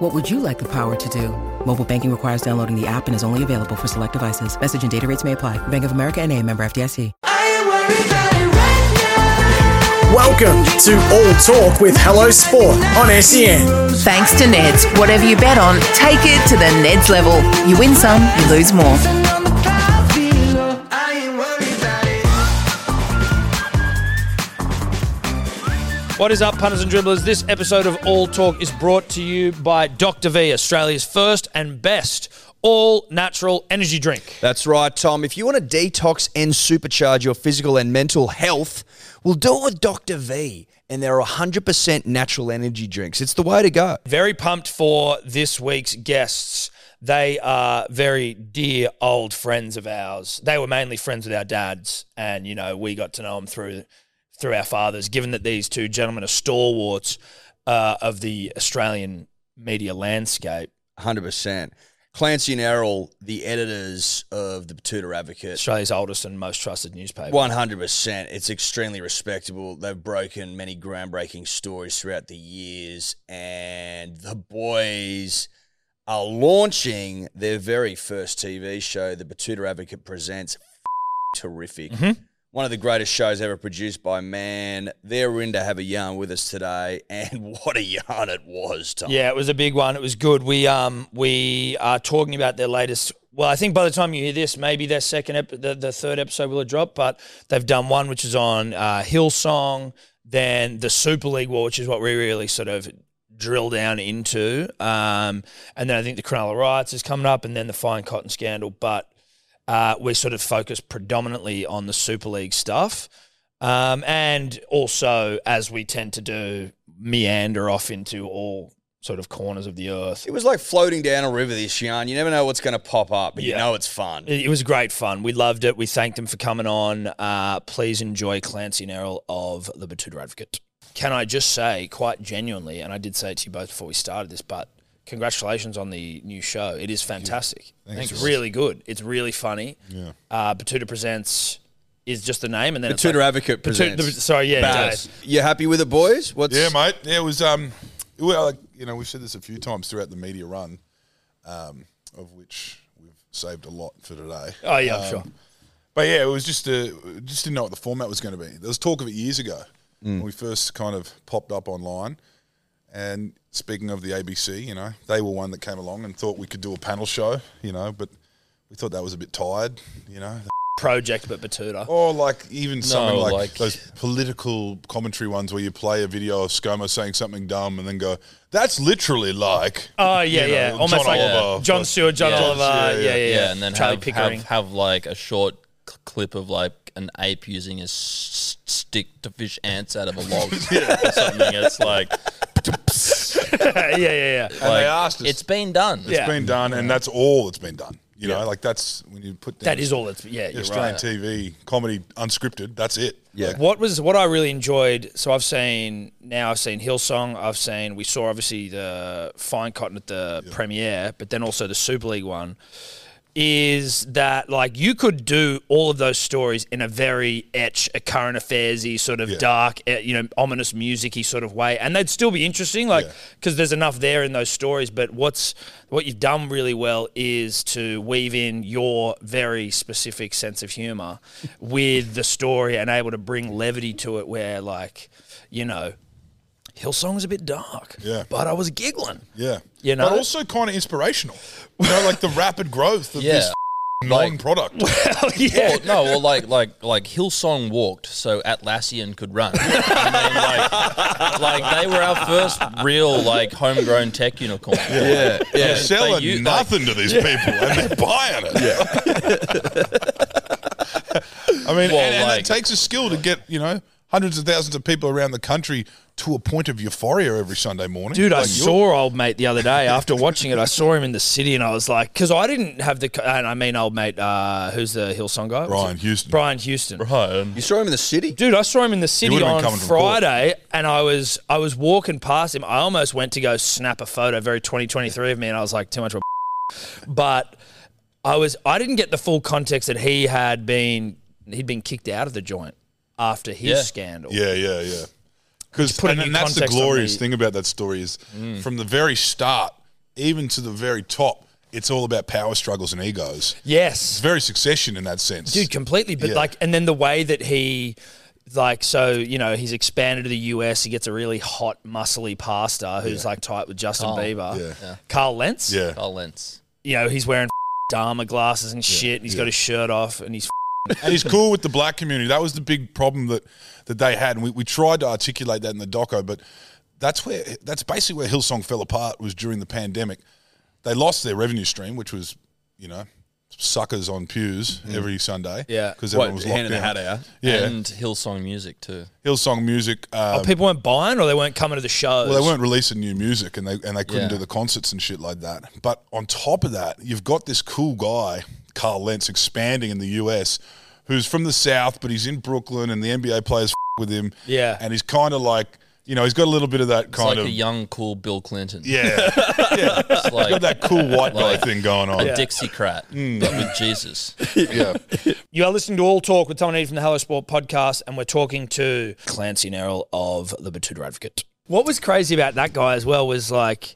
What would you like the power to do? Mobile banking requires downloading the app and is only available for select devices. Message and data rates may apply. Bank of America and a member FDIC. Welcome to All Talk with Hello Sport on E SEN. Thanks to Neds, whatever you bet on, take it to the Neds level. You win some, you lose more. What is up, punters and dribblers? This episode of All Talk is brought to you by Dr. V, Australia's first and best all natural energy drink. That's right, Tom. If you want to detox and supercharge your physical and mental health, we'll do it with Dr. V. And there are 100% natural energy drinks. It's the way to go. Very pumped for this week's guests. They are very dear old friends of ours. They were mainly friends with our dads, and you know we got to know them through through our fathers. Given that these two gentlemen are stalwarts uh, of the Australian media landscape, 100%. Clancy and Errol, the editors of the Batuta Advocate, Australia's oldest and most trusted newspaper. 100%. It's extremely respectable. They've broken many groundbreaking stories throughout the years, and the boys are launching their very first TV show. The Batuta Advocate presents terrific. Mm-hmm. One of the greatest shows ever produced by man. They're in to have a yarn with us today, and what a yarn it was, Tom. Yeah, it was a big one. It was good. We um we are talking about their latest. Well, I think by the time you hear this, maybe their second ep- the, the third episode will have dropped. But they've done one which is on uh, Hillsong, then the Super League War, which is what we really sort of drill down into. Um, and then I think the Cronulla riots is coming up, and then the Fine Cotton scandal. But uh, we're sort of focused predominantly on the Super League stuff. Um, and also, as we tend to do, meander off into all sort of corners of the earth. It was like floating down a river this yarn. You never know what's going to pop up, but you Yeah. know it's fun. It, it was great fun. We loved it. We thanked them for coming on. Uh, please enjoy Clancy and Errol of the Batuta Advocate. Can I just say, quite genuinely, and I did say it to you both before we started this, but congratulations on the new show. It is fantastic. it's really good. It's really funny. Yeah. Uh, Batuta Presents is just the name, and then it's Tutor like- Advocate Batuta- presents. sorry, yeah, Baz. yeah. You happy with it, boys? What's Yeah, mate. Yeah, it was. Um, well, like, you know, we've said this a few times throughout the media run, um, of which we've saved a lot for today. Oh yeah, I'm sure. But yeah, it was just a just didn't know what the format was going to be. There was talk of it years ago Mm. when we first kind of popped up online. And speaking of the ABC, you know, they were one that came along and thought we could do a panel show, you know, but we thought that was a bit tired, you know. Project, but Batuta. Or like even something like, like- those political commentary ones where you play a video of ScoMo saying something dumb and then go, "That's literally like." Oh yeah, you know, yeah, almost John like Oliver. John Stewart, John Yeah. Oliver, yeah, yeah, yeah, and then Charlie have, Pickering. have have like a short cl- clip of like an ape using his s- stick to fish ants out of a log or something. It's like, yeah, yeah, yeah. And like, they asked us. it's been done. Yeah. been done, and that's all that's been done. You know, like that's when you put down That is all. It's yeah, you're right. Australian TV comedy unscripted. That's it. Yeah, What was what I really enjoyed? So I've seen now I've seen Hillsong. I've seen we saw obviously the Fine Cotton at the premiere, but then also the Super League one. Is that like you could do all of those stories in a very etch, a current affairsy sort of Yeah. dark, eh, you know, ominous musicy sort of way, and they'd still be interesting, like Yeah. because there's enough there in those stories. But what's what you've done really well is to weave in your very specific sense of humor with the story and able to bring levity to it, where like you know, Hillsong's a bit dark, Yeah. but I was giggling. yeah, You know? but also kind of inspirational. You know, like the rapid growth of Yeah. this non-product. yeah, Or- no, or like like like Hillsong walked, so Atlassian could run. I mean, like, like they were our first real like homegrown tech unicorn. Yeah, They're yeah. selling u- like- nothing to these people, and they're buying it. Yeah. I mean, Well, and, and like- it takes a skill to get you know hundreds of thousands of people around the country to a point of euphoria every Sunday morning. Dude, I Like, you're- saw old mate the other day after watching it. I saw him in the city, and I was like, because I didn't have the. co- And I mean, old mate, uh, who's the Hillsong guy? Brian Houston. Brian Houston. You saw him in the city? Dude, I saw him in the city would've been on coming from Port. Friday, and I was I was walking past him. I almost went to go snap a photo, very 2023 of me, and I was like, too much of a but I was I didn't get the full context that he had been he'd been kicked out of the joint after his Yeah. scandal. Yeah, yeah, yeah. Because put it and, in and that's the context on glorious the- Mm. thing about that story is from the very start, even to the very top, it's all about power struggles and egos. Yes. It's very succession in that sense. Dude, completely. But Yeah. like, and then the way that he, like, so you know, he's expanded to the US. He gets a really hot, muscly pastor who's like tight with Justin Bieber, Yeah. Yeah. Carl Lentz. yeah, Carl Lentz. You know, he's wearing Dharma glasses and shit, and he's got his shirt off, and he's and he's cool with the black community. That was the big problem that that they had, and we, we tried to articulate that in the doco, but that's where that's basically where Hillsong fell apart was during the pandemic. They lost their revenue stream, which was you know suckers on pews every Sunday. Yeah. because Mm. What, everyone was handing locked the down. hat out? Yeah, And Hillsong Music too. Hillsong music. Um, oh, people weren't buying or they weren't coming to the shows. Well, they weren't releasing new music, and they and they couldn't Yeah. do the concerts and shit like that. But on top of that, you've got this cool guy, Carl Lentz, expanding in the US, who's from the South, but he's in Brooklyn, and the NBA players f- with him. Yeah. and he's kind of like, you know, he's got a little bit of that It's kind like of a young, cool Bill Clinton. yeah, yeah, he's It's like got that cool white guy Like- thing going a on. Dixiecrat, Mm. but with Jesus. Yeah, You are listening to All Talk with Tom and Ed from the Hello Sport podcast, and we're talking to Clancy Nerrill of the Batuta Advocate. What was crazy about that guy as well was like,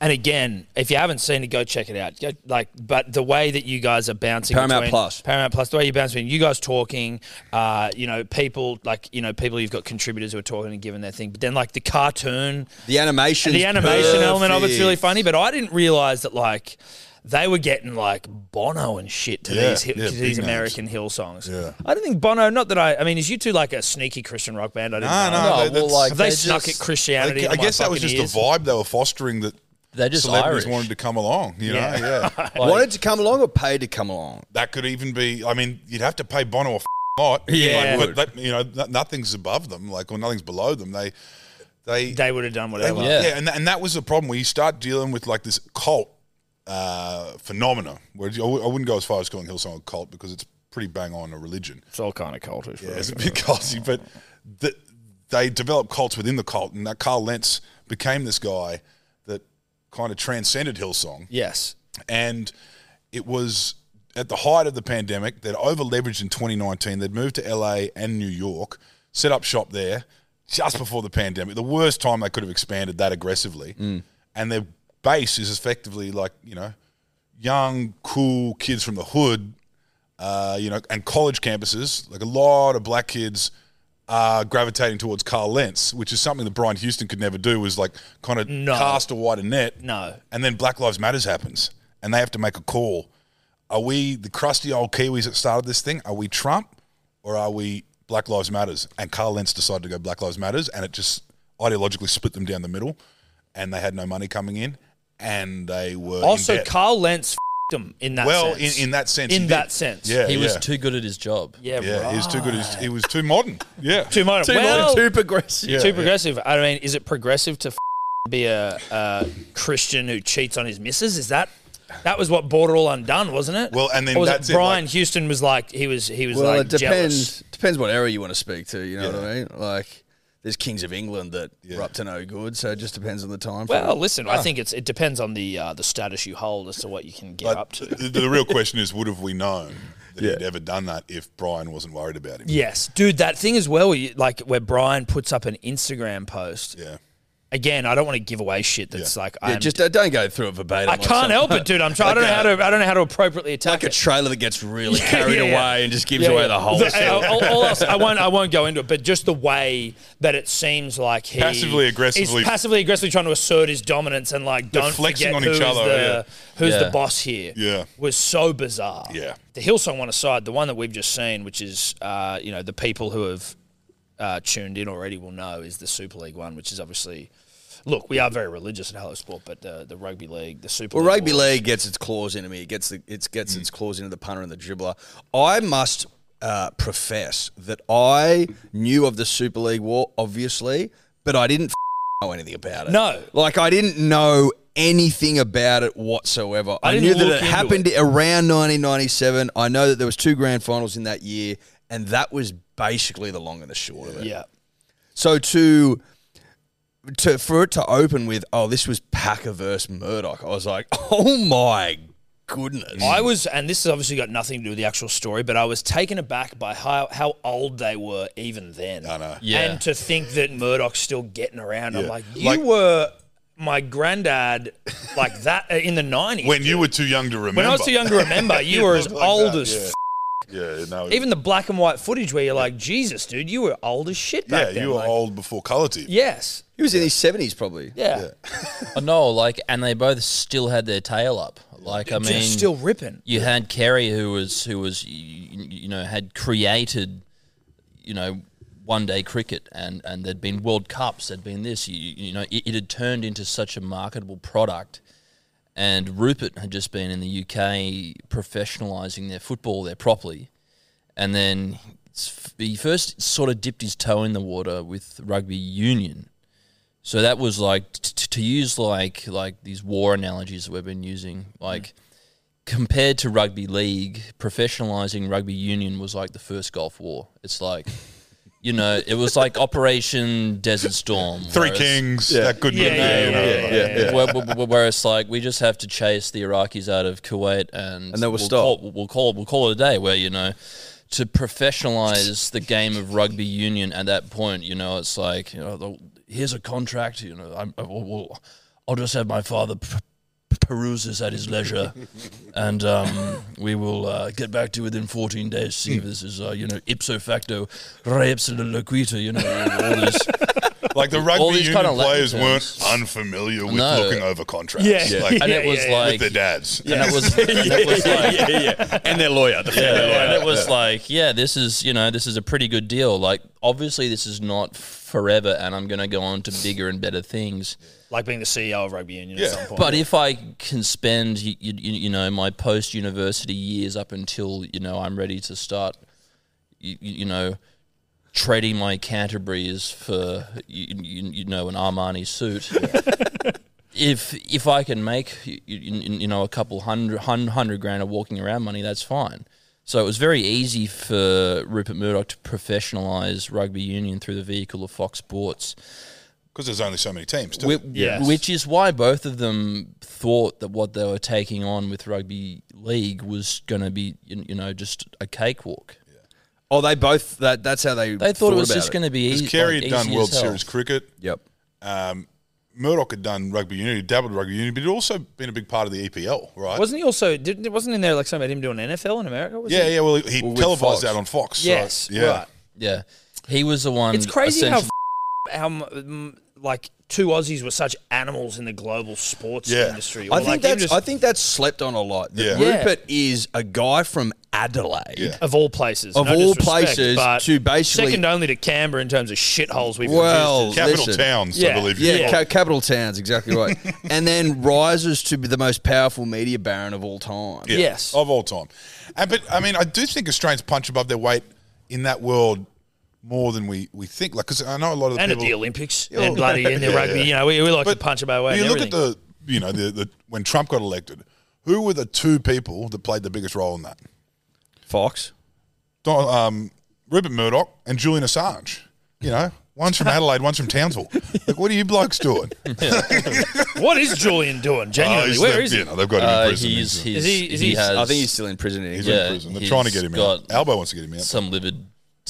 and again, if you haven't seen it, go check it out. Go, like, but the way that you guys are bouncing Paramount between- Plus. Paramount Plus, the way you bounce between you guys talking, uh, you know, people like you know people you've got contributors who are talking and giving their thing, but then like the cartoon The animation. the animation element of it's really funny, but I didn't realize that like they were getting like Bono and shit to Yeah, these hi- yeah, to these big names. American hill songs. Yeah. I don't think Bono. Not that I. I mean, is you two like a sneaky Christian rock band? I didn't no, know. Oh, no. No, they- well, that's- like Have they they're snuck just- at Christianity? I, I guess that was just the vibe they were fostering that They're just celebrities Irish. wanted to come along. You know, Yeah. yeah. Wanted to come along or paid to come along? that could even be. I mean, you'd have to pay Bono a f- lot. Yeah. like, but that, you know, no- nothing's above them, like or nothing's below them. They, they, They would have done they whatever. were- yeah. and, tha- and that was the problem. Where you start dealing with like this cult uh, phenomena, where you- I wou- I wouldn't go as far as calling Hillsong a cult because it's pretty bang on a religion. It's all kind of cultish. Yeah, it's a bit culty, but the, they developed cults within the cult, and that Carl Lentz became this guy that kind of transcended Hillsong Yes. and it was at the height of the pandemic. They'd over leveraged in 2019. They'd moved to LA and New York, set up shop there just before the pandemic. The worst time they could have expanded that aggressively. And their base is effectively like, you know, young, cool kids from the hood, uh, you know, and college campuses. Like a lot of black kids are gravitating towards Carl Lentz, which is something that Brian Houston could never do, was like kind of No. cast a wider net. No. And then Black Lives Matters happens, and they have to make a call. Are we the crusty old Kiwis that started this thing? Are we Trump, or are we Black Lives Matters? And Carl Lentz decided to go Black Lives Matters, and it just ideologically split them down the middle, and they had no money coming in, and they were in Also, debt. Carl Lentz f***ed him in that. well in, sense. in that sense, In he did. that sense. yeah, He was yeah. too good at his job. Yeah. yeah, right. he was too good. He was, he was too modern. Yeah, Too much. well, too progressive. Yeah, too yeah. progressive. I mean, is it progressive to f- be a, a Christian who cheats on his missus? Is that that was what brought it all undone, wasn't it? Well, and then Or was that's it it, Brian like- Houston was like he was he was Well, like it depends. jealous. Depends what era you want to speak to. You know what Yeah. I mean? Like, there's kings of England that Yeah. were up to no good. So it just depends on the time. frame. Well, listen, I think it's it depends on the uh, the status you hold as to what you can get But up to. The, the real question is, would have we known that he'd Yeah. ever done that if Brian wasn't worried about him? Yes, dude, that thing as well, where you- like where Brian puts up an Instagram post. yeah. Again, I don't want to give away shit that's like yeah, I'm, just uh, don't go through it verbatim. I like can't some- help it, dude. I'm trying. I don't know how to. I don't know how to appropriately attack Like a it. trailer that gets really carried yeah, yeah. away and just gives Yeah, uh, away yeah. the whole. I, story. I'll- I'll ask- I won't. I won't go into it, but just the way that it seems like he Passively aggressively- he's passively aggressively trying to assert his dominance and like They're don't flexing forget on who is each other, the who's Yeah. the boss here. Yeah. was so bizarre. Yeah. the Hillsong one aside, the one that we've just seen, which is uh, you know the people who have uh, tuned in already will know is the Super League one, which is obviously. Look, we are very religious at Hello Sport, but the, the rugby league, the Super Well, League rugby will- league gets its claws into me. It gets the, it gets its claws into the punter and the dribbler. I must uh, profess that I knew of the Super League war, obviously, but I didn't f- know anything about it. No. like I didn't know anything about it whatsoever. I I, didn't knew that look it into happened around 1997. I know that there was two grand finals in that year, and that was basically the long and the short of it. Yeah. So to to for it to open with, oh, this was Packer versus Murdoch. I was like, oh my goodness. I was, and this has obviously got nothing to do with the actual story, but I was taken aback by how, how old they were even then. I know. Yeah. And to think that Murdoch's still getting around. I'm Yeah. like, you Like- were my granddad like that uh, in the 90s. when you were too young to remember. when I was too young to remember, you were as looked like old that, as f- yeah, no, Even the black and white footage where you're like, Jesus, dude, you were old as shit back yeah, then. you were like, old before color TV. Yes. He was in his seventies, probably. Yeah. I know, Oh, like, and they both still had their tail up. Like, I Just mean, still ripping. you had Kerry, who was who was y- y- you know had created, you know, one day cricket, and and there'd been World Cups, there'd been this. You, you know, it, it had turned into such a marketable product. And Rupert had just been in the UK professionalising their football there properly, and then s- he first sort of dipped his toe in the water with rugby union. So that was like t- t- to use like like these war analogies that we've been using, like compared to rugby league, professionalizing rugby union was like the first Gulf War. It's like, you know, it was like Operation Desert Storm, Three where it's- Kings, that good movie. yeah, you know, yeah, like- Where, where- where- where it's like we just have to chase the Iraqis out of Kuwait, and And they will we'll stop. Call, we'll call we'll call it a day. Where you know, to professionalize the game of rugby union at that point, you know, it's like you know, the, here's a contract. You know, I'm, I will, will- I'll just have my father p- p- peruse this at his leisure, and um, we will uh, get back to you within 14 days. See if this is uh, you know ipso facto, re ipsa loquita. You know, all this. Like the rugby All these union kinda Latin players terms. weren't unfamiliar with No. looking over contracts. Yeah. Like, And it was yeah, yeah. with like their dads. and it was, and it was like, yeah, And their lawyer. The and it was like, yeah, this is you know, this is a pretty good deal. Like, obviously, this is not forever, and I'm going to go on to bigger and better things. Like being the CEO of Rugby Union at Yeah. some point. But if I can spend, you, you, you know, my post university years up until you know I'm ready to start, you, you know, trading my Canterbury's for you, you, you know an Armani suit. If if I can make you, you, you know a couple hundred hun- hundred grand of walking around money, that's fine. So it was very easy for Rupert Murdoch to professionalise rugby union through the vehicle of Fox Sports. Because there's only so many teams, too. Whi- Yes. Which is why both of them thought that what they were taking on with rugby league was going to be, you you know, just a cakewalk. Oh, they both. That, that's how they. They thought it was just going going to be easy. Because Kerry like, had done easy World as hell. Series cricket. Yep. Murdoch had done rugby union, he dabbled in rugby union, but he'd also been a big part of the EPL, right? wasn't he also, did, wasn't in there like something about him doing NFL in America? Was yeah, he? yeah. Well, he, he Well, with Fox. televised that on Fox. so, Yes. yeah. Right. Yeah, he was the one. It's crazy how, essentially- f- how m- m- like two Aussies were such animals in the global sports Yeah. industry. Or I think like, even that's. just, I think that's slept on a lot. that Yeah. Yeah. Rupert is a guy from Adelaide. Yeah. of all places, Of no all disrespect, places but to basically- second only to Canberra in terms of shitholes we've Well, produced. Capital Listen. towns, Yeah. I believe. Yeah, Yeah. ca- capital towns, exactly right. and then rises to be the most powerful media baron of all time. Yeah, Yes. of all time. And but I mean, I do think Australians punch above their weight in that world more than we we think. Like, because I know a lot of the and at people. the Olympics and bloody in the rugby, yeah. you know, we, we like But to punch about way. you and look everything. at the you know the, the when Trump got elected, who were the two people that played the biggest role in that? Fox. Don, um, Rupert Murdoch and Julian Assange. You know, one's from Adelaide, one's from Townsville. Like, what are you blokes doing? what is Julian doing? Genuinely, Oh, he's- where they've- is you he? know, they've got him in uh, prison. he's he's, he's, Is he- is he he- has I think he's still in prison. Isn't he? in yeah, prison. They're he's trying to get him out. got- Albo wants to get him out. some liver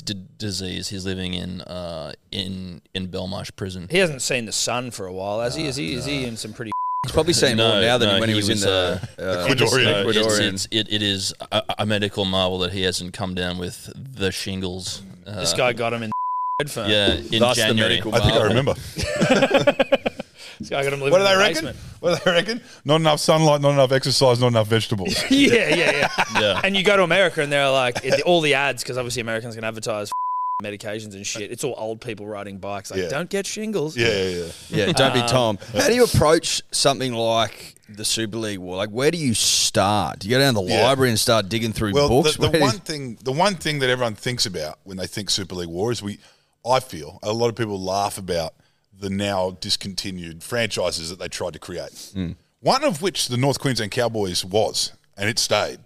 d- disease. He's living in uh, in in Belmarsh prison. He hasn't seen the sun for a while, has he? Is he? Is he in some pretty? He's probably saying more No, now than no, when he, he was, was, in the, uh, Ecuadorian. So it's, Ecuadorian. it's, it, it is a, a medical marvel that he hasn't come down with the shingles. Uh, This guy got him in Redfern. yeah, in That's the January. medical I think I Marvel. remember. this guy got him living. What in do they the reckon? basement. What do they reckon? Not enough sunlight, not enough exercise, not enough vegetables. yeah, yeah, yeah. Yeah. And you go to America and they're like, it, all the ads, because obviously Americans can advertise medications and shit. It's all old people riding bikes. Like, Yeah. don't get shingles. yeah, yeah, yeah. Yeah, don't be Tom. How do you approach something like the Super League war? Like, where do you start? Do you go down to the Yeah. library and start digging through Well, books? the, Where do the you- one thing, the one thing that everyone thinks about when they think Super League War is we, I feel a lot of people laugh about the now discontinued franchises that they tried to create. Hmm. One of which the North Queensland Cowboys was, and it stayed.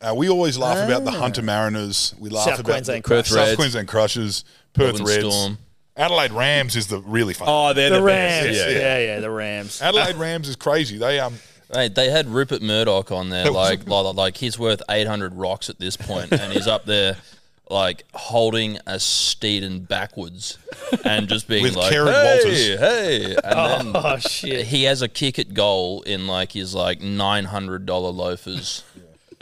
Uh, we always laugh about the Hunter Mariners. We laugh South about Queensland the, Crushers. South Ah. Reds. Queensland Crushers, Perth Melbourne Reds, Storm. Adelaide Rams is the really fun. Oh, they're the, The Rams. Best. Yeah, Yeah. yeah, the Rams. Adelaide Rams is crazy. They um, Hey, they had Rupert Murdoch on there, That was- like, like like he's worth eight hundred rocks at this point, and he's up there, like holding a Steeden backwards, and just being With like, Karen hey, Walters." hey, and then Oh shit. he has a kick at goal in like his like nine hundred dollar loafers,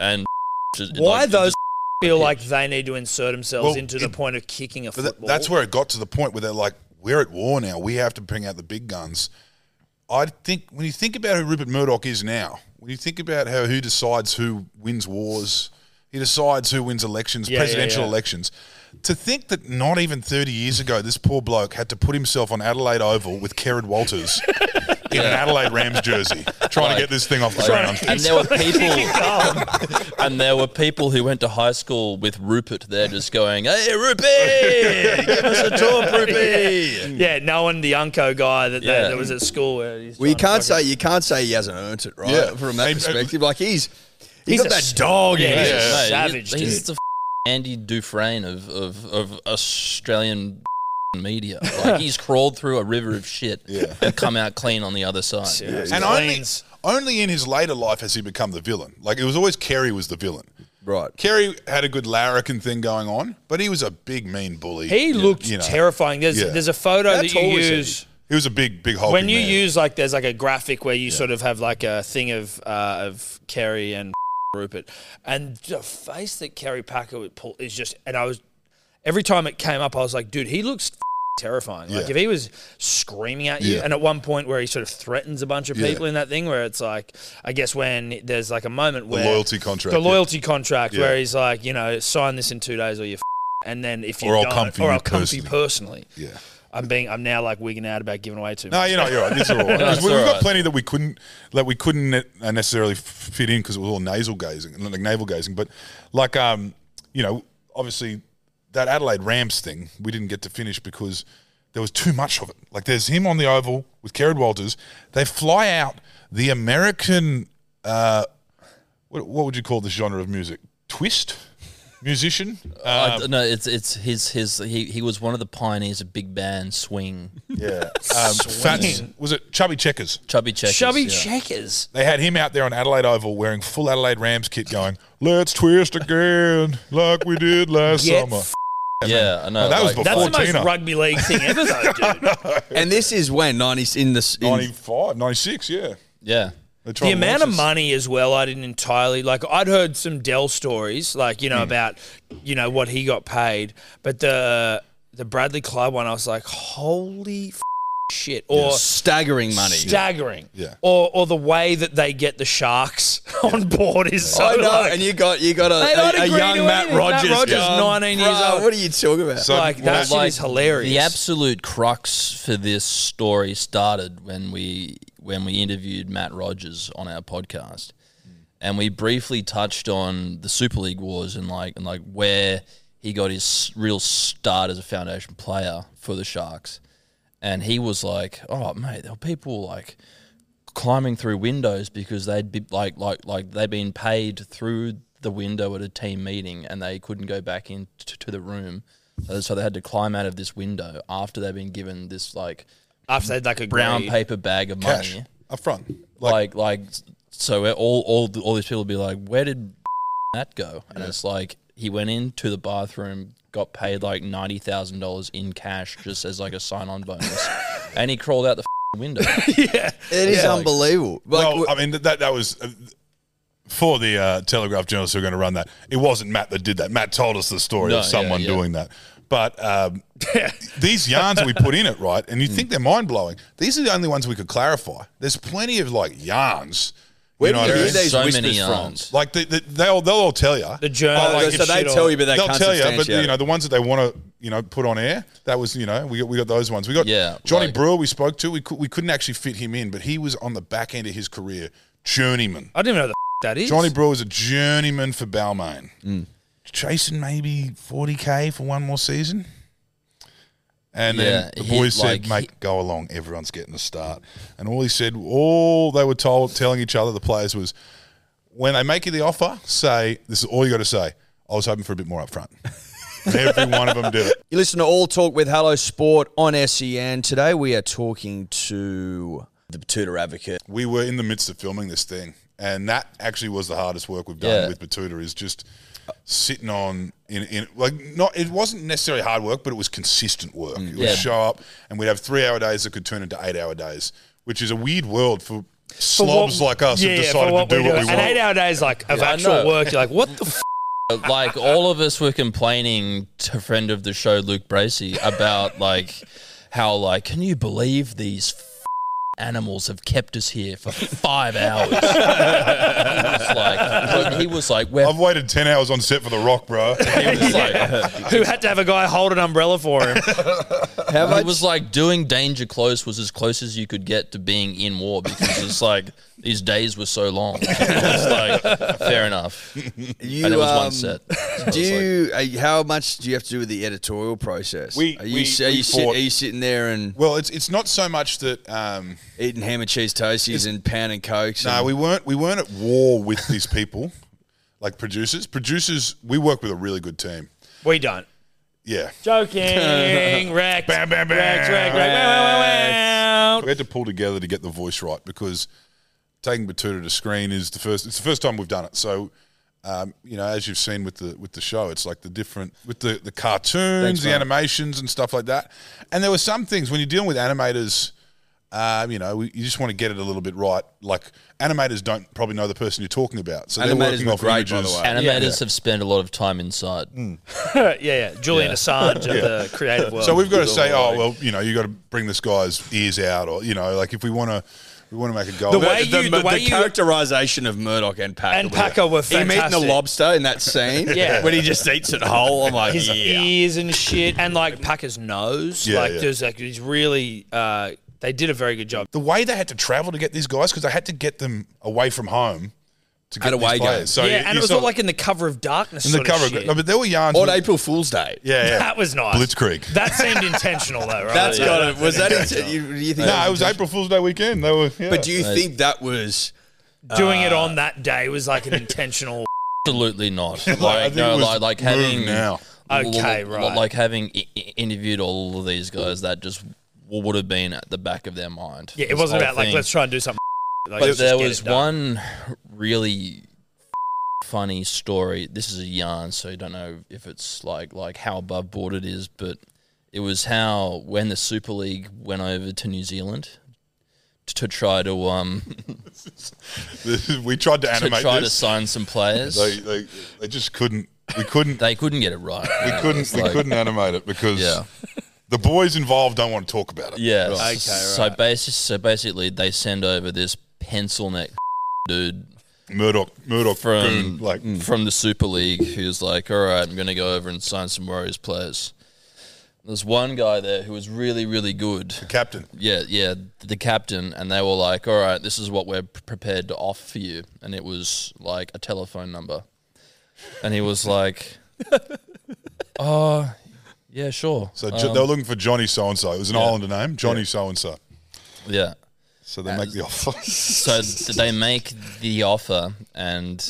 and just, Why like, those just- feel like they need to insert themselves Well, into the it- point of kicking a But football? that, that's where it got to the point where they're like, we're at war now. We have to bring out the big guns. I think when you think about who Rupert Murdoch is now, when you think about how who decides who wins wars, he decides who wins elections, Yeah, yeah, presidential yeah. elections. To think that not even 30 years ago, this poor bloke had to put himself on Adelaide Oval with Kerrod Walters in an Adelaide Rams jersey, trying to get this thing off the ground. and there were people, and there were people who went to high school with Rupert there, just going, "Hey, Rupert, give us a talk, Rupert." yeah, knowing the Unco guy that, Yeah. that, that was at school. Where he's Well, you trying can't to say you can't say he hasn't earned it, right? Yeah. From that Hey, perspective, like he's He's he's got a that s- dog in yeah, him. he's a Mate, he- savage, He's, dude. the f- Andy Dufresne of, of, of Australian media. Like he's crawled through a river of shit and come out clean on the other side. fucking- And only, Lanes. only in his later life has he become the villain. Like, it was always Kerry was the villain. Right. Kerry had a good larrikin thing going on, but he was a big mean bully. He looked you know. terrifying. There's Yeah. there's a photo How that you tall is he? use. He was a big, big hulking when you man. use like there's like a graphic where you sort of have like a thing of uh, of Kerry and Rupert, and the face that Kerry Packer would pull is just. And I was every time it came up, I was like, dude, he looks terrifying. Like Yeah. if he was screaming at you, Yeah. and at one point where he sort of threatens a bunch of people in that thing, where it's like, I guess when there's like a moment where loyalty contract, the yeah. loyalty contract, Yeah. where he's like, you know, sign this in two days or you. And then if you Or I'll don't, come for or you I'll come for you personally. Yeah. I'm being, I'm now like wigging out about giving away too much. No, you know, you're right. These are all right. 'Cause it's we've all got right. plenty that we couldn't, that we couldn't ne- necessarily f- fit in because it was all nasal gazing, like navel gazing. But like, um, you know, obviously that Adelaide Rams thing we didn't get to finish because there was too much of it. Like, there's him on the oval with Kerrod Walters. They fly out the American. Uh, what, what would you call this genre of music? Twist musician. Um, I d- no, it's it's his his he, he was one of the pioneers of big band swing. Yeah. Um, Fats, was it Chubby Checkers? Chubby checkers. Chubby yeah. checkers. They had him out there on Adelaide Oval wearing full Adelaide Rams kit going, let's twist again like we did last Get summer. f- Yeah, I No, know. that was like- That's before the most Tina. rugby league thing ever, though, dude. And this is when ninety in the in, 95, 96, yeah. yeah. They tried the to amount launch of us. money as well, I didn't entirely like. I'd heard some Dell stories, like Hmm. you know about you know what he got paid, but the the Bradley Club one, I was like, holy f- shit, or staggering money. staggering, Yeah. or or the way that they get the sharks on board is so. I know, like, and you got you got They don't a, a, a agree to young Matt anything. Matt Rogers. Rogers, going, 19 years "Bruh, old." What are you talking about? So- like that well, shit is hilarious. The absolute crux for this story started when we when we interviewed Matt Rogers on our podcast, Hmm. and we briefly touched on the Super League wars and like and like where he got his real start as a foundation player for the Sharks, and he was like, "Oh mate, there were people like." climbing through windows because they'd be like like like they'd been paid through the window at a team meeting and they couldn't go back into to the room Uh, so they had to climb out of this window after they'd been given this like after they'd like a brown paper bag of Cash money up front. Like, like like so all all all these people would be like where did that go and it's like he went into the bathroom got paid like $90,000 in cash just as like a sign-on bonus and he crawled out the window it is Yeah. unbelievable. Like, well, I mean, that, that was uh, for the uh, Telegraph journalists who are going to run that. It wasn't Matt that did that. Matt told us the story No, of someone yeah, yeah. doing that. But um, these yarns we put in it, right? And Mm. you think they're mind blowing. These are the only ones we could clarify. There's plenty of like yarns. where you do know you what I hear mean? these So many um, whispers from? yarns. Like they, they, they'll they'll all tell you. The journal, Oh, like, so it's they shit tell all- you, but they They'll can't tell you, but substantiate you know it. the ones that they want to, you know, put on air. That was, you know, we got, we got those ones. We got Yeah, Johnny like- Brewer. We spoke to. We could, we couldn't actually fit him in, but he was on the back end of his career, journeyman. I didn't even know the f- that is. Johnny Brewer was a journeyman for Mm. Balmain, chasing maybe forty k for one more season, And then Yeah, the he- boys said, like, "Mate, go along. Everyone's getting a start." And all he said, all they were told, telling each other, the players was, when they make you the offer, say, "This is all you got to say." I was hoping for a bit more upfront. And Every one of them did it. You listen to All Talk with Hello Sport on SEN. Today we are talking to the tutor advocate. We were in the midst of filming this thing, and that actually was the hardest work we've done Yeah. with Batuta. Is just sitting on in, in like not. It wasn't necessarily hard work, but it was consistent work. It Mm. Yeah. would show up, and we'd have three hour days that could turn into eight hour days, which is a weird world for. Slobs like us yeah, have for decided what to do we what we want. An eight-hour day is like of Yeah, I actual know. work. You're like, what the f-? like all of us were complaining to friend of the show Luke Bracey about like how like can you believe these f- animals have kept us here for five hours? He was like he was like we're I've waited 10 hours on set for The Rock, bro. he was like, Who had to have a guy hold an umbrella for him? How he was like doing danger close was as close as you could get to being in war because it's like these days were so long. It's like fair enough, you, and it was one um, set. So Do it's like- you, are you- how much do you have to do with the editorial process? We- are you we- s- are we you, sit, fought. are you sitting there and well, it's it's not so much that um, eating ham and cheese toasties and pounding cokes? No, and, we weren't. We weren't at war with these people, like producers. Producers, we work with a really good team. We don't. Yeah, Joking. Rex. Bam, bam, bam. Rex, Rex, Rex. Wow, wow, wow, we wow. had to pull together to get the voice right because taking Batuta to screen is the first. It's the first time we've done it. So, um, you know, as you've seen with the with the show, it's like the different with the the cartoons, the animations, and stuff like that. And there were some things when you're dealing with animators. Um, you know, we, you just want to get it a little bit right. Like animators don't probably know the person you're talking about, so they're Animators working were off great, by the images. way. Animators have spent a lot of time inside. Yeah, yeah. Julian Assange of the creative world. So we've got to say, oh well, you know, you got to bring this guy's ears out, or you know, like if we want to, we want to make a goal. The way you- the way you- characterization of Murdoch and Packer. And Packer were Him eating fantastic. the lobster in that scene Yeah. when he just eats it whole. I'm like, his yeah. ears and shit, and like Packer's nose. Yeah, like yeah. there's like he's really. Uh, they did a very good job. the way they had to travel to get these guys because they had to get them away from home to get At these away players. games. So yeah, you- and you it was saw- all like in the cover of darkness. in the sort of cover. shit. no, but there were yarns. On with- April Fool's Day. yeah, yeah, That was nice. Blitz Creek. That seemed intentional though, right? That's Yeah. got it. Was that? Inten- you, you think no, it was April Fool's Day weekend. They were. yeah. But do you think that was? Doing Uh, it on that day was like an intentional. Absolutely not. Like, I think it no, was like, like moved having now. Okay, l- right. Like having I- I- interviewed all of these guys, that just w- would have been at the back of their mind. Yeah, it This wasn't whole about like thing. let's try and do something. Like, But let's there just get was it done. one really funny story. This is a yarn, so you don't know if it's like like how above board it is, but it was how when the Super League went over to New Zealand t- to try to um we tried to to animate try to this. sign some players. they, they, they just couldn't. We couldn't. they couldn't get it right. we couldn't. We couldn't animate it because Yeah. the boys involved don't want to talk about it. Yeah. Right. s- So basically, so basically, they send over this pencil neck dude Murdoch. Murdoch. From- mm. goon, like mm. from the Super League who's like, "All right, I'm going to go over and sign some Warriors players." There's one guy there who was really, really good. captain. Yeah, yeah, the captain, and they were like, "All right, this is what we're p- prepared to offer for you," and it was like a telephone number, and he was like, "Oh, yeah, sure, Um, So Jo- they were looking for Johnny so and so. It was an Islander name, Johnny so and so. yeah." So they make the offer. so th- they make the offer and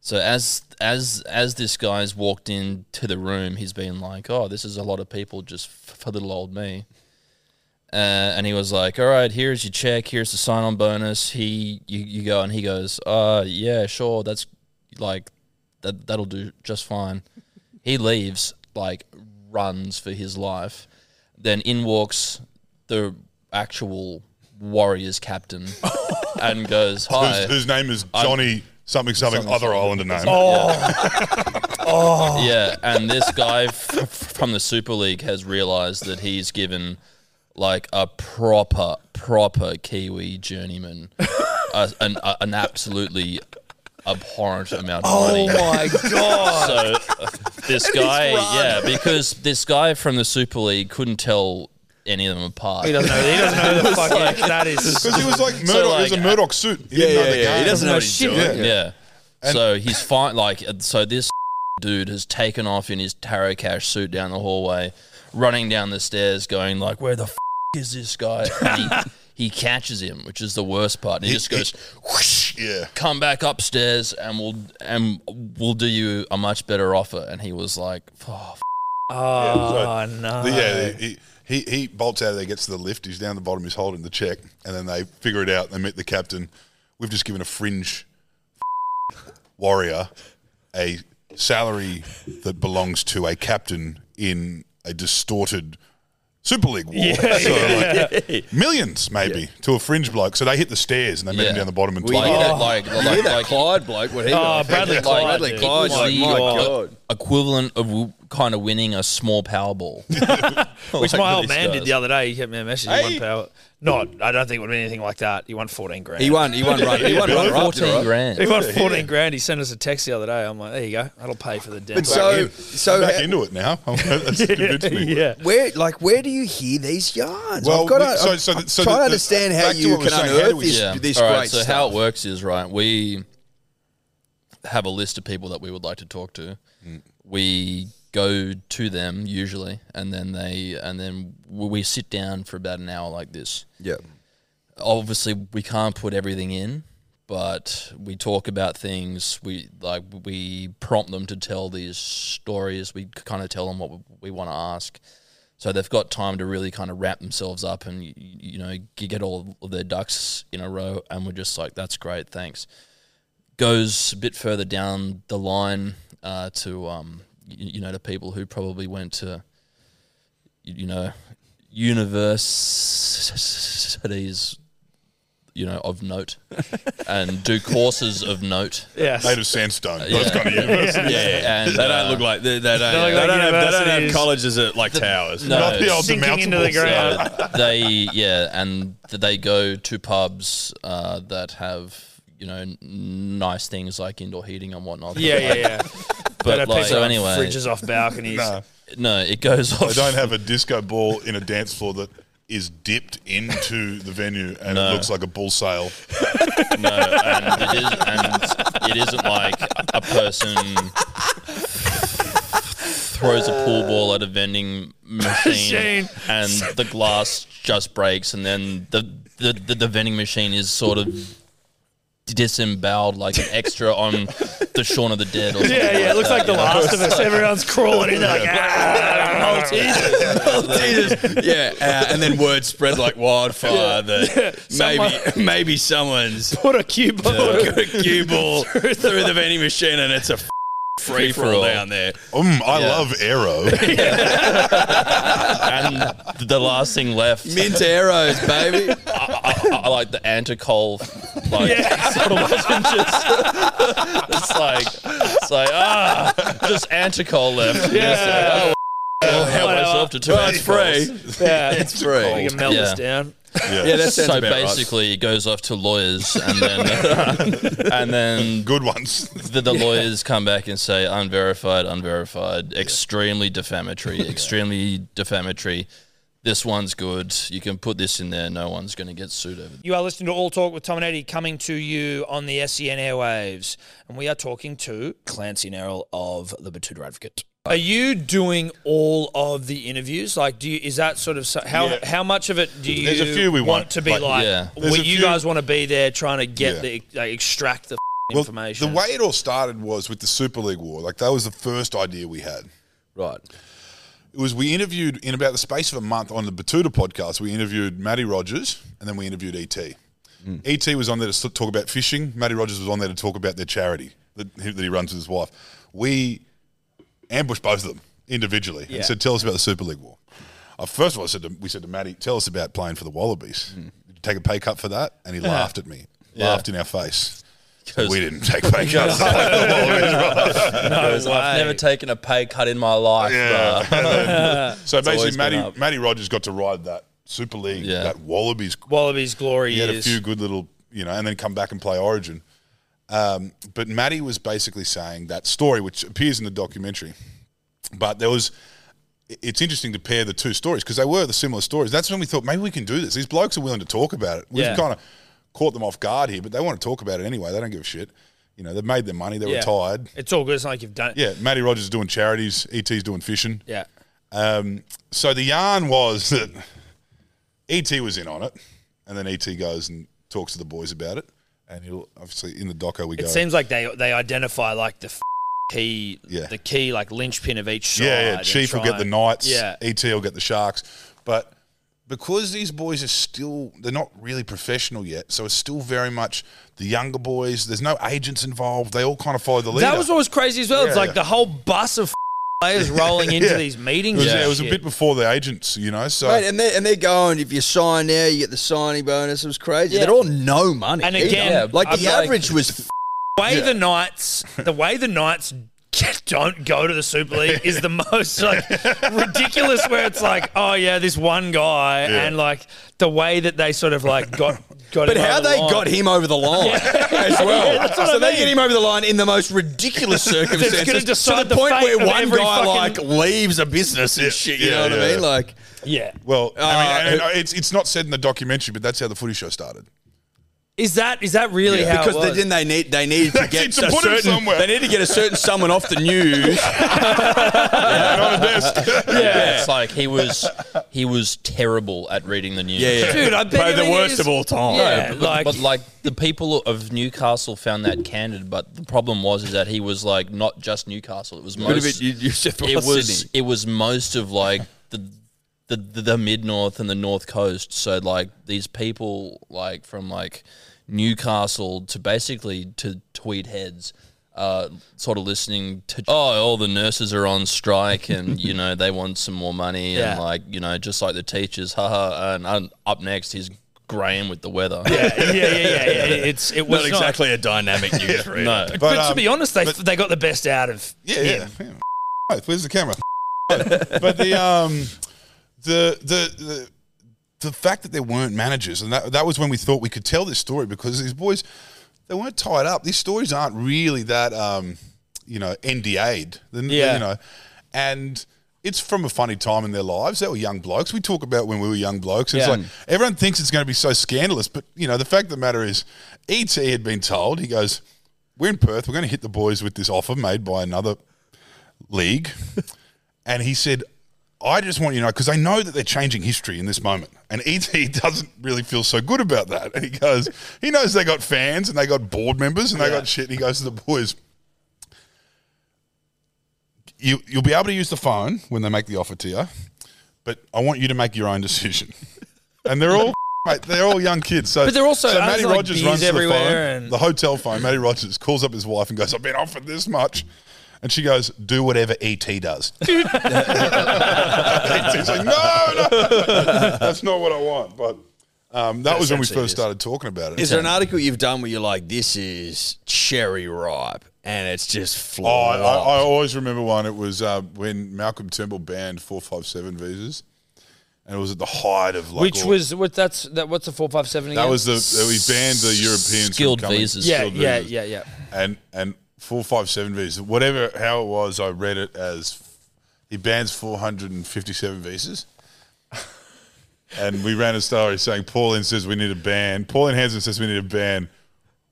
so as as as this guy's walked into the room he's been like oh this is a lot of people just f- for little old me uh, and he was like all right here's your check here's the sign-on bonus he you, you go and he goes uh yeah sure that's like that that'll do just fine he leaves like runs for his life then in walks the actual warriors captain and goes hi whose, whose name is Johnny something something, Oh. other Islander name. Oh. Yeah, and this guy f- from the Super League has realised that he's given like a proper, proper Kiwi journeyman a, an, a, an absolutely abhorrent amount of money. Oh my god! So uh, this guy, yeah, because this guy from the Super League couldn't tell any of them apart. he doesn't know. He doesn't know who the fuck. Like, that is. Because he was like Murdoch. it was like, a Murdoch suit. He didn't know the game. He doesn't know No what he's shit. doing. Yeah. So he's fine. Like uh, so, this dude has taken off in his tarot cash suit down the hallway, running down the stairs, going like, "Where the f- is this guy?" And he, he catches him, which is the worst part. And he, He- just goes, whoosh, Yeah. "Come back upstairs, and we'll and we'll do you a much better offer." And he was like, "Oh, f- Oh, no. The- yeah, he, he he bolts out of there, gets to the lift. He's down the bottom. He's holding the check, and then they figure it out. They meet the captain. We've just given a fringe warrior a salary that belongs to a captain in a distorted Super League war. So, like, millions maybe to a fringe bloke. So they hit the stairs and they met him Yeah. down the bottom and We told hear him. that, like, you like- hear that like- Clyde bloke, what he Oh, got. Bradley Like, Clyde, Bradley dude. Clyde, It my was the, God. equivalent of w- kind of winning a small Powerball." Which Like my old these man did Oh guys. the other day. He kept me a message. He Hey. won power. Not, I don't think it would be anything like that. He won 14 grand. He won, he won, run, he won, run, Fourteen He grand. won 14 grand. He sent us a text the other day. I'm like, there you go. That'll pay for the demo. But so, in. so I'm back how- into it now. That's convinced me. yeah. where, like, where do you hear these yarns? Well, I've got we- to, so- I'm, so the- I'm so trying the- to the- understand how back to you what we can were saying, how do unearth we- this, Yeah. this All great right, so stuff. how it works is right. We have a list of people that we would like to talk to. Mm. We go to them usually, and then they and then w- we sit down for about an hour like this. yeah. Obviously, we can't put everything in, but we talk about things. We like we prompt them to tell these stories. We kind of tell them what we, we want to ask. So they've got time to really kind of wrap themselves up and y- you know g- get all of their ducks in a row. And we're just like, that's great, thanks. Goes a bit further down the line uh, to um, y- you know to people who probably went to y- you know universities you know of note and do courses of note. Yes. Made of sandstone. Yeah. Those kind of universities. And, They uh, don't look like they, they don't. look They, like don't have, they don't have universities. colleges at like towers. no, Not the old Sinking into the demountable ground. Uh, they yeah, and th- they go to pubs uh, that have you know n- nice things like indoor heating and whatnot. Yeah, yeah, yeah. But Don't like, people so have anyway, fridges off balconies. No. no, it goes off. They don't have a disco ball in a dance floor that is dipped into the venue and it looks like a bull sail. no, and it, is, and it isn't like a person throws a pool ball at a vending machine Machine. and the glass just breaks, and then the the, the, the vending machine is sort of disemboweled like an extra on the Shaun of the Dead. Or something Yeah, yeah. It looks like The Last of Us. Everyone's crawling in. They're like, Oh, ah, Maltesers. yeah, uh, and then word spread like wildfire that maybe maybe someone's uh, Put a cube on put a cue ball through the vending machine and it's a free for all Free-for-all. down there. Mm, I love Aero. and the last thing left, Mint arrows, baby. I, I, I like the anticol, like sort of wasn't just it's like it's like ah, just anticol left. Yeah, Yeah. I'll help myself to two Well, Oh, it's anticols. free. Yeah. It's free. We can melt Yeah. this down. Yeah, that sounds So about right. basically, it goes off to lawyers, and then and then Good ones. the, the lawyers come back and say unverified, unverified, extremely defamatory, extremely defamatory. This one's good. You can put this in there. No one's going to get sued over. You are listening to All Talk with Tom and Eddie coming to you on the SEN airwaves. And we are talking to Clancy Nerrill of the Batuta Advocate. Are you doing all of the interviews? Like, do you, is that sort of so- how Yeah. how much of it do you There's a few we want, want, to be like- like? Yeah. There's we- a you few- guys want to be there trying to get Yeah. the like, extract the f- information. The way it all started was with the Super League war. Like that was the first idea we had. Right. It was we interviewed in about the space of a month on the Batuta podcast. We interviewed Matty Rogers and then we interviewed E ET. ET was on there to s- talk about fishing. Matty Rogers was on there to talk about their charity that he, that he runs with his wife. We ambushed both of them individually Yeah. and said, "Tell us about the Super League war." Uh, first of all, I said to, we said to Matty, "Tell us about playing for the Wallabies. Did you take a pay cut for that?" And he laughed at me, laughed in our face. We didn't take pay cuts. for the Wallabies, right? Because I've never taken a pay cut in my life. Yeah. so always basically, been Matty, up. Matty Rogers got to ride that Super League, Yeah. that Wallabies. Wallabies glory He had a years. few good little, you know, and then come back and play Origin. Um, but Matty was basically saying that story, which appears in the documentary. But there was, it- it's interesting to pair the two stories because they were the similar stories. That's when we thought maybe we can do this. These blokes are willing to talk about it. We've Yeah. kind of caught them off guard here, but they want to talk about it anyway. They don't give a shit. you know, they've made their money, they're Yeah. retired. It's all good. It's not like you've done. Yeah, Matty Rogers is doing charities, ET's doing fishing. Yeah. Um, so the yarn was that ET was in on it, and then ET goes and talks to the boys about it, and he'll obviously in the doco we It go. seems like they they identify like the f- key, Yeah. the key like linchpin of each side. yeah, yeah, and Chief will try get the and- Knights, Yeah. ET will get the Sharks, but because these boys are still they're not really professional yet, so it's still very much the younger boys. There's no agents involved. They all kind of follow the leader. That was what was crazy as well. it's Yeah. like the whole bus of f- players rolling into Yeah. these it meetings. was, and yeah, it was a shit. bit before the agents, you know. So Mate, and they're, and they're going, if you sign now, you get the signing bonus. It was crazy. Yeah. They're all no money. And either. again, Yeah, like I'm the like- average was The way the Knights, the way the Knights don't go to the Super League is the most like ridiculous. Where it's like, oh yeah, this one guy, Yeah. and like the way that they sort of like got got. But him how over the they line. got him over the line as well. Yeah, that's what so I they mean. get him over the line in the most ridiculous circumstances gonna to decide the, the point fate where of one every guy fucking- like leaves a business and shit. You yeah, know what yeah. I mean? Like, Yeah. well, I Uh, mean, and- and it's it's not said in the documentary, but that's how the footy show started. Is that is that really how? because it they, was? then they need they needed to They get need to a put him certain somewhere. they need to get a certain someone off the news. And on a desk. It's like he was he was terrible at reading the news. Yeah, yeah. Dude, I bet Probably him the it worst is- of all time. Yeah, But like, like, but like the people of Newcastle found that candid, but the problem was is that he was like not just Newcastle. It was Bit of most. it, you, you said it was was Sydney. it was most of like the the, the, the mid north and the north coast. So like these people like from like Newcastle to basically to Tweed Heads. Uh, sort of listening to oh all the nurses are on strike and you know they want some more money and Yeah. like you know just like the teachers haha and um, up next is Graham with the weather yeah, yeah, yeah, yeah, yeah. It's it was Not exactly a dynamic news read. no But, um, to be honest, they but- they got the best out of Yeah, him. yeah. yeah. Both. Where's the camera? but the um, the the the. The fact that there weren't managers, and that, that was when we thought we could tell this story because these boys, they weren't tied up. These stories aren't really that, um, you know, NDA'd. They're- Yeah. You know, and it's from a funny time in their lives. They were young blokes. We talk about when we were young blokes. It's Yeah. like everyone thinks it's going to be so scandalous, but you know, the fact of the matter is, ET had been told. He goes, "We're in Perth. We're going to hit the boys with this offer made by another league. and he said, I just want you to know, because I know that they're changing history in this moment. And ET doesn't really feel so good about that. And he goes, he knows they got fans and they got board members and they got shit. And he goes to the boys, you, you'll be able to use the phone when they make the offer to you, but I want you to make your own decision. And they're all. Mate, they're all young kids, so But they're also- so I Matty feel like Rogers beers runs to the phone, everywhere and- the hotel phone. Matty Rogers calls up his wife and goes, "I've been offered this much," and she goes, "Do whatever ET does." He's like, no, no, that's not what I want. But um, that was when we first started talking about it. Is there an article you've done where you're like, this is cherry ripe and it's just Oh, I, flawed? I, I always remember one. It was uh, when Malcolm Turnbull banned four five seven visas, and it was at the height of like Which all- was what that's that what's the four five seven again? that was the we banned the Europeans from skilled coming- visas. yeah, skilled yeah, visas. yeah, yeah. and and four five seven visas, whatever how it was. I read it as he bans four hundred and fifty seven visas. And we ran a story saying Pauline says we need a ban. Pauline Hanson says we need a ban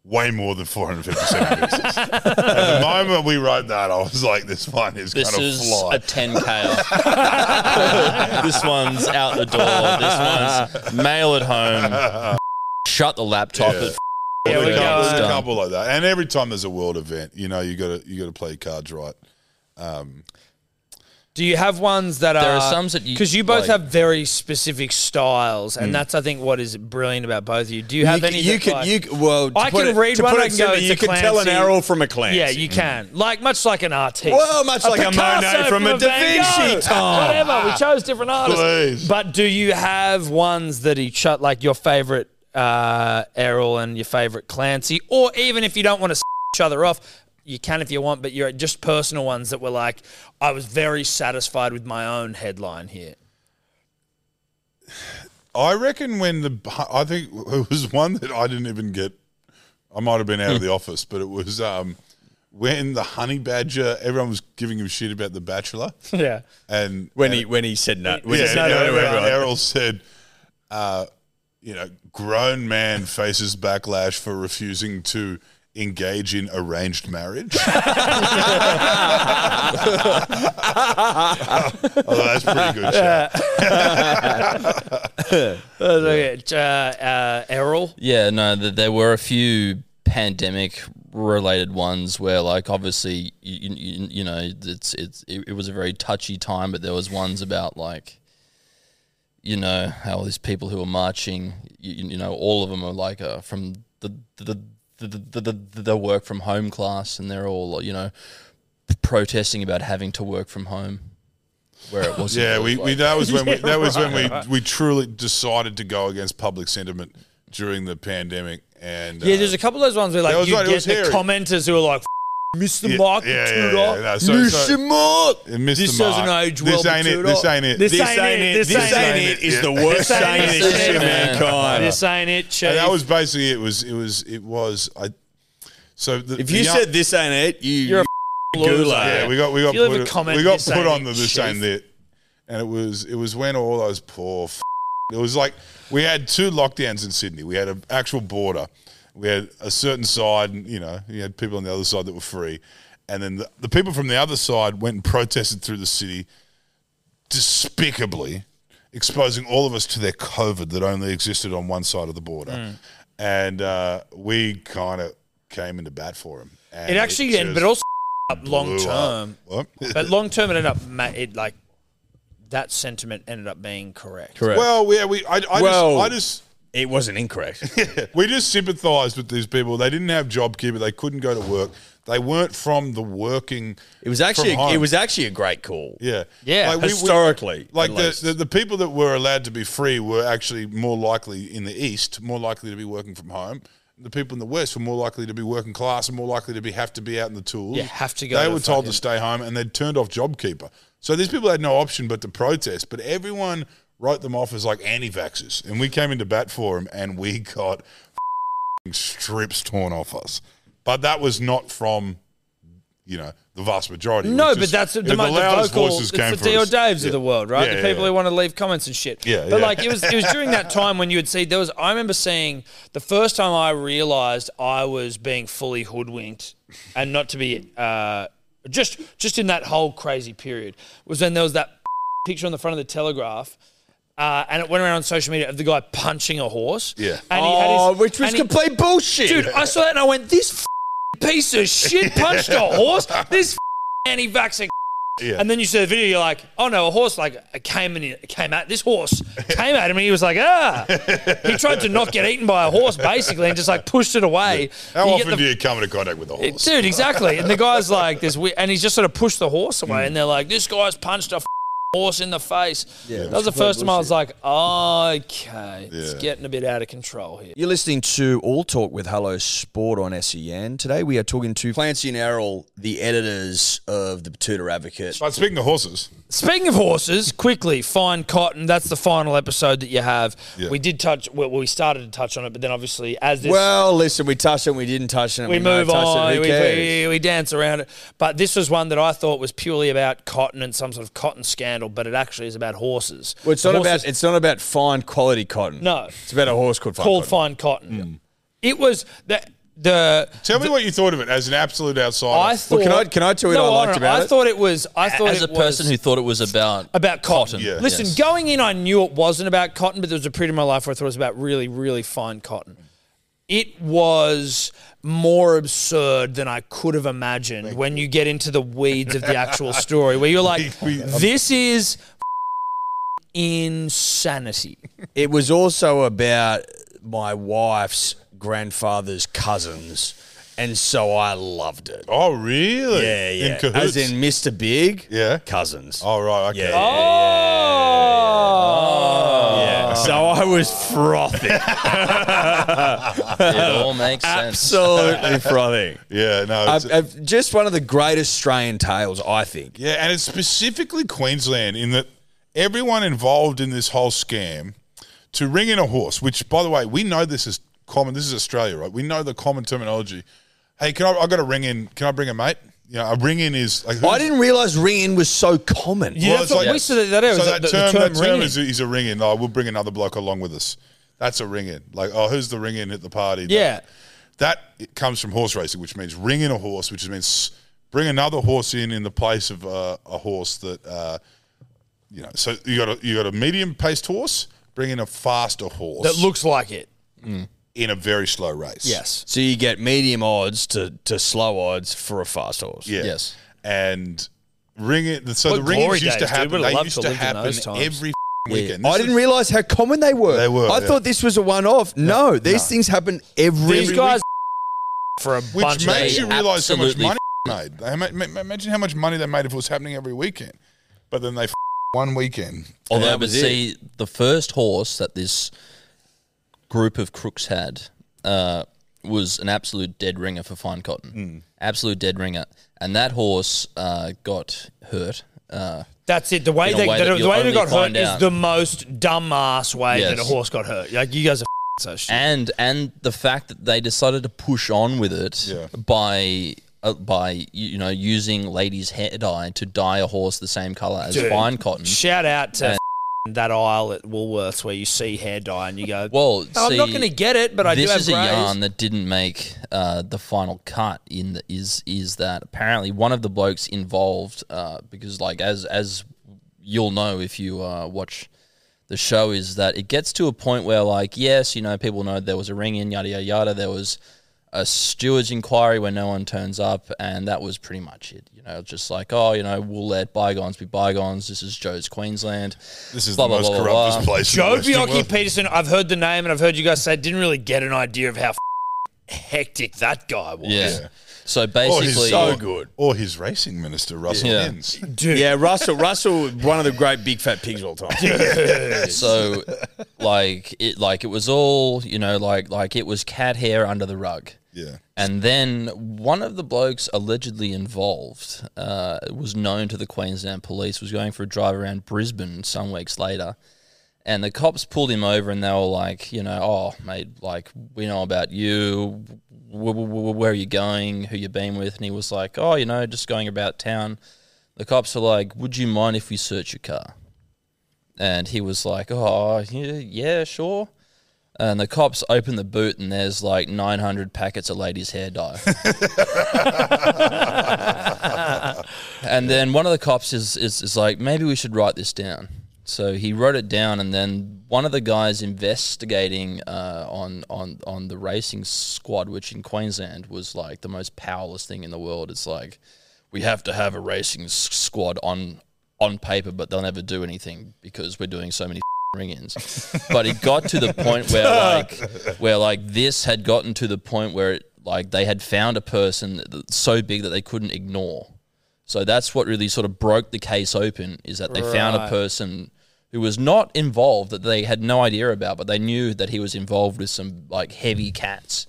way more than 457 visas. and the moment we wrote that, I was like, this one is going This to is fly. a 10K. this one's out the door. This one's mail at home. Shut the laptop. Yeah. It Yeah, There's we uh, a couple, go. there's a Done. couple like that. And every time there's a world event, you know, you got to you got to play your cards right. Do you have ones that are? There are some that you- because you both like- have very specific styles, and that's I think what is brilliant about both of you. Do you have c- any? Hmm. You that, could, like- you c- well. to I put can it- read to one. put I it can go. simply, It's a you can tell an Clancy. arrow from a glance. Yeah, you can. Like much like an artist. Well, much like a Picasso Monet from a Da Van Gogh, Vinci, Tom. Whatever. We chose different artists. Ah, Please. But do you have ones that each other, like your favorite uh, Errol and your favorite Clancy, or even if you don't want to each other off? You can if you want, but you're just personal ones that were like, I was very satisfied with my own headline here. I reckon when the I think it was one that I didn't even get. I might have been out of Hmm. the office, but it was um, when the honey badger. Everyone was giving him shit about the Bachelor, Yeah. and when he when he said no. When he yeah, said no, no, no, to no, everyone. Errol said, uh, you know, grown man faces backlash for refusing to engage in arranged marriage. oh, that's pretty good. Shout. Uh, look at, uh, uh, Errol. Yeah, no, th- there were a few pandemic related ones where like obviously you, you, you know it's it's it, it was a very touchy time but there was ones about like you know how these people who are marching you, you know all of them are like uh, from the the the, the, the, the the work from home class and they're all you know protesting about having to work from home where it was Yeah, we, we that was when we, that was when we, we truly decided to go against public sentiment during the pandemic. And Yeah, uh, there's a couple of those ones where like That was you right, it get was the hairy. commenters who are like, "F- "Mr. Mark Tudor, No, so- so- it missed This the mark. doesn't age well, This ain't it. Tudor. This ain't it. This ain't it, this This ain't ain't it is Yeah. the worst This ain't saying it, in the history of this ain't it. mankind. this ain't it, chief." And that was basically it. Was it was it was I. So the, If the you young- said this ain't it, you You're a loser. yeah, we got we got you leave put, a comment, we got this put ain't on it, the this chief. ain't it, and it was it was when all those poor. F- it was like we had two lockdowns in Sydney. We had an actual border. We had a certain side, and you know, you had people on the other side that were free, and then the, the people from the other side went and protested through the city, despicably exposing all of us to their COVID that only existed on one side of the border, Hmm. and uh, we kind of came into bat for him. And it actually ended, but just also up long blew term. up. What? But long term, it ended up ma- it like that sentiment ended up being correct. Correct. Well, yeah, we. I, I Well- just, it wasn't incorrect. I just, we just sympathised with these people. They didn't have JobKeeper. They couldn't go to work. They weren't from the working. It was actually from home. it was actually a great call. yeah, Yeah, Like, we- we- historically, like at the, least. the the people that were allowed to be free were actually more likely in the east, more likely to be working from home. The people in the west were more likely to be working class and more likely to be have to be out in the tools. Yeah, have to go They to were told fucking- to stay home, and they'd turned off JobKeeper. So these people had no option but to protest. But everyone wrote them off as like anti-vaxxers, and we came into bat for them, and we got strips torn off us. But that was not from, you know, the vast majority. It No, was but just- that's the, it the, was mo- the loudest vocal. voices It's the came for Theo us. Daves Yeah. of the world, right? Yeah, the yeah, people yeah. who want to leave comments and shit. Yeah, but yeah. like it was, it was during that time when you would see there was. I remember seeing the first time I realised I was being fully hoodwinked, and not to be uh, just just in that whole crazy period was when there was that picture on the front of the Telegraph. Uh, and it went around on social media of the guy punching a horse. Yeah. And he had his- oh, which was and he- complete bullshit. Dude, I saw that and I went, this f***ing piece of shit punched a horse. This f***ing anti-vaxxer. Yeah. And then you see the video, you're like, oh no, a horse like uh, came in, came at this horse came at him, and he was like, ah. he tried to not get eaten by a horse basically, and just like pushed it away. How You get often the- do you come into contact with a horse? Dude, exactly. And the guy's like, this, we- and he's just sort of pushed the horse away, Hmm. and they're like, this guy's punched a f- horse in the face. that was the first time I was like, okay, it's Yeah. getting a bit out of control here. You're listening to All Talk with Hello Sport on SEN. Today we are talking to Clancy and Errol, the editors of the Tutor Advocate. But speaking of horses, Speaking of horses, quickly, Fine Cotton, that's the final episode that you have. Yeah. We did touch, well, we started to touch on it, but then obviously as this, Well, listen, we touched on it, we didn't touch on it. we, know move touched on, It, who we, cares? we, we dance around it. But this was one that I thought was purely about cotton and some sort of cotton scandal, but it actually is about horses. Well, it's not Horses- about it's not about fine quality cotton. No. it's about a horse called fine called cotton. Hmm. Fine Cotton. It was the, the tell me what you thought of it as an absolute outsider. I thought. can I- can I tell you what I liked don't know. about I it? thought it was. I thought as a it person was who thought it was about about cotton. Yeah. Listen, Yes. going in, I knew it wasn't about cotton, but there was a period in my life where I thought it was about really, really fine cotton. It was more absurd than I could have imagined when you get into the weeds of the actual story, where you're like, We- um, we- this is insanity. It was also about my wife's grandfather's cousins, and so I loved it. oh, really? Yeah, yeah. In As cahoots? in Mr. Big, Yeah. cousins. Oh, right. Okay. Yeah. Oh. Yeah. So I was frothing, Uh, it all makes sense absolutely frothing. Yeah, no. i it's- I've- just one of the great Australian tales, I think. yeah, and it's specifically Queensland in that everyone involved in this whole scam to ring in a horse, which, by the way, we know this is common. This is Australia, right? We know the common terminology. Hey, can I? I got to ring in. Can I bring a mate? You know, a ring in is like. I didn't realize ring in was so common. Yeah, Well, that's it's what like- we said. That, that was so the, that the term, term, that term ringing. is, is a ring in. Oh, we'll bring another bloke along with us. That's a ring in. Like, oh, who's the ring in at the party? Yeah. That it comes from horse racing, which means ring in a horse, which means bring another horse in in the place of uh, a horse that uh, you know. So you got a you got a medium paced horse, bring in a faster horse that looks like it. in a very slow race. Yes. So you get medium odds to, to slow odds for a fast horse. Yeah. Yes. And ring it. So What the ring glory used to days, dude. happen. Would've They loved used to to lived in happen those times. every f***ing weekend. I This didn't is- realize how common they were. They were, I yeah. thought this was a one-off. No, these things happen every. These guys for a bunch Which of makes years. you realise how much absolutely money they made. They ma- ma- imagine how much money they made if it was happening every weekend. But then they f- one weekend. Although, that but was it. see, the first horse that this group of crooks had uh, was an absolute dead ringer for fine Hmm. cotton. Absolute dead ringer. And that horse uh, got hurt. Uh, That's it. The way In a they way the, that the you'll way they only got hurt find is out. the most dumbass way that a Yes. horse got hurt. Like you guys are f- so stupid. and and the fact that they decided to push on with it Yeah. by uh, by you- you know using ladies' hair dye to dye a horse the same color as Dude. fine cotton. Shout out to f- that aisle at Woolworths where you see hair dye and you go, Well, "Oh, I'm not see, going to get it, but I this do have is a greys." yarn that didn't make uh, the final cut. In the, is is that apparently one of the blokes involved uh, because like as as you'll know if you uh, watch the show is that it gets to a point where like yes you know people know there was a ring in yada yada yada there was a steward's inquiry where no one turns up and that was pretty much it you know just like oh you know we'll let bygones be bygones this is Joe's Queensland This is blah, the blah, most blah, blah, corruptest blah. place. in the Joe Western Biocchi world. Peterson, I've heard the name and I've heard you guys say, it, didn't really get an idea of how f- hectic that guy was. yeah. so Or his- basically or- Or his racing minister, Russell Yeah. Innes. Dude, Yeah, Russell, Russell, one of the great big fat pigs of all time. so like it like it was all you know like like it was cat hair under the rug Yeah. and then one of the blokes allegedly involved uh, was known to the queensland police was going for a drive around brisbane some weeks later and the cops pulled him over and they were like you know oh mate like we know about you W- w- w- where are you going who you been with and he was like oh you know just going about town the cops were like would you mind if we search your car and he was like, "Oh, yeah, yeah, sure." And the cops open the boot, and there's like 900 packets of ladies' hair dye. and then one of the cops is, is is like, "Maybe we should write this down." So he wrote it down, and then one of the guys investigating uh, on on on the racing squad, which in Queensland was like the most powerless thing in the world. It's like we have to have a racing s- squad on on paper, but they'll never do anything because we're doing so many ring-ins. but it got to the point where like where like this had gotten to the point where it, like they had found a person that- that's so big that they couldn't ignore. So that's what really sort of broke the case open is that they found a person who was not involved that they had no idea about, but they knew that he was involved with some like heavy cats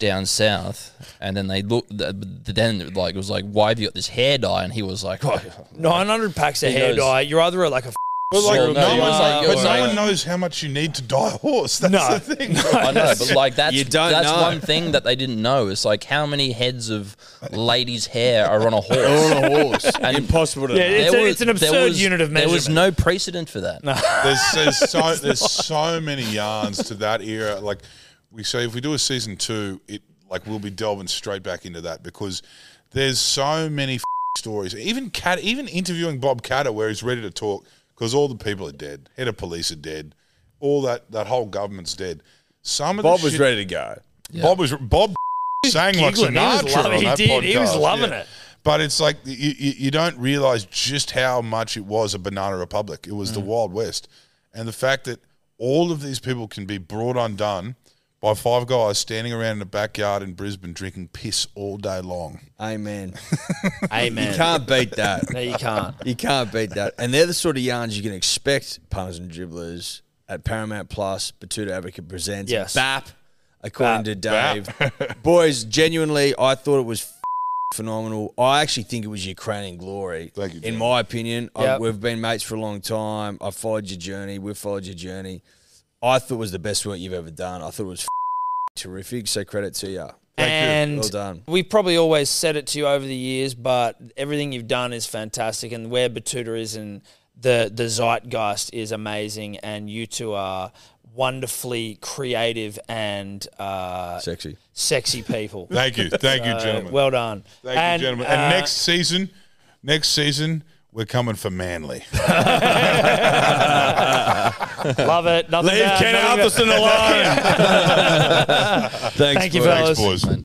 down south. And then they looked, th- then like it was like, why have you got this hair dye? And he was like, oh, 900 packs of He hair knows. dye. You're either like a f- But, like, Well, no, no, you one's are- like- but you're no right. one knows how much you need to die a horse. That's No. the thing. I know, but like that's You don't that's know. one thing that they didn't know. It's like how many heads of ladies' hair are on a horse. on a horse. Impossible to Yeah, know. It's a- it's an there absurd unit of There was no measurement. precedent for that. there's, there's so there's so many yarns to that era. Like we say, if we do a season two, it like we'll be delving straight back into that because there's so many f- stories. Even cat, even interviewing Bob Catter, where he's ready to talk because all the people are dead, head of police are dead, all that that whole government's dead. Some of Bob the was shit- ready to go. Bob was Bob sang like giggling. He was Sinatra loving- on he that did. He was podcast, loving yeah. it. But it's like you, you, you don't realize just how much it was a banana republic. It was Mm. the Wild West, and the fact that all of these people can be brought undone by five guys standing around in a backyard in Brisbane drinking piss all day long. Amen. amen. Can't beat that. No, you can't. You can't beat that. And they're the sort of yarns you can expect punters and dribblers at Paramount Plus, Batuta Advocate Presents, Yes. BAP, according to Dave. Boys, genuinely, I thought it was f- phenomenal. I actually think it was your crowning glory. Thank you, in Dave. my opinion, I- Yep. we've been mates for a long time. I've followed your journey. We've followed your journey. I thought it was the best work you've ever done. I thought it was f- terrific. So credit to you. and Well done. we probably always said it to you over the years, but everything you've done is fantastic, and where Batuta is and the the zeitgeist is amazing, and you two are wonderfully creative and uh, Sexy. sexy people. Thank you, thank you, So, gentlemen. Uh, well done. Thank And, you, gentlemen. uh, and next season, next season, we're coming for Manly. love it. Nothing Leave bad, Ken nothing bad. Alverson alone. Thanks, Thank you, boys. fellas. Thanks, boys.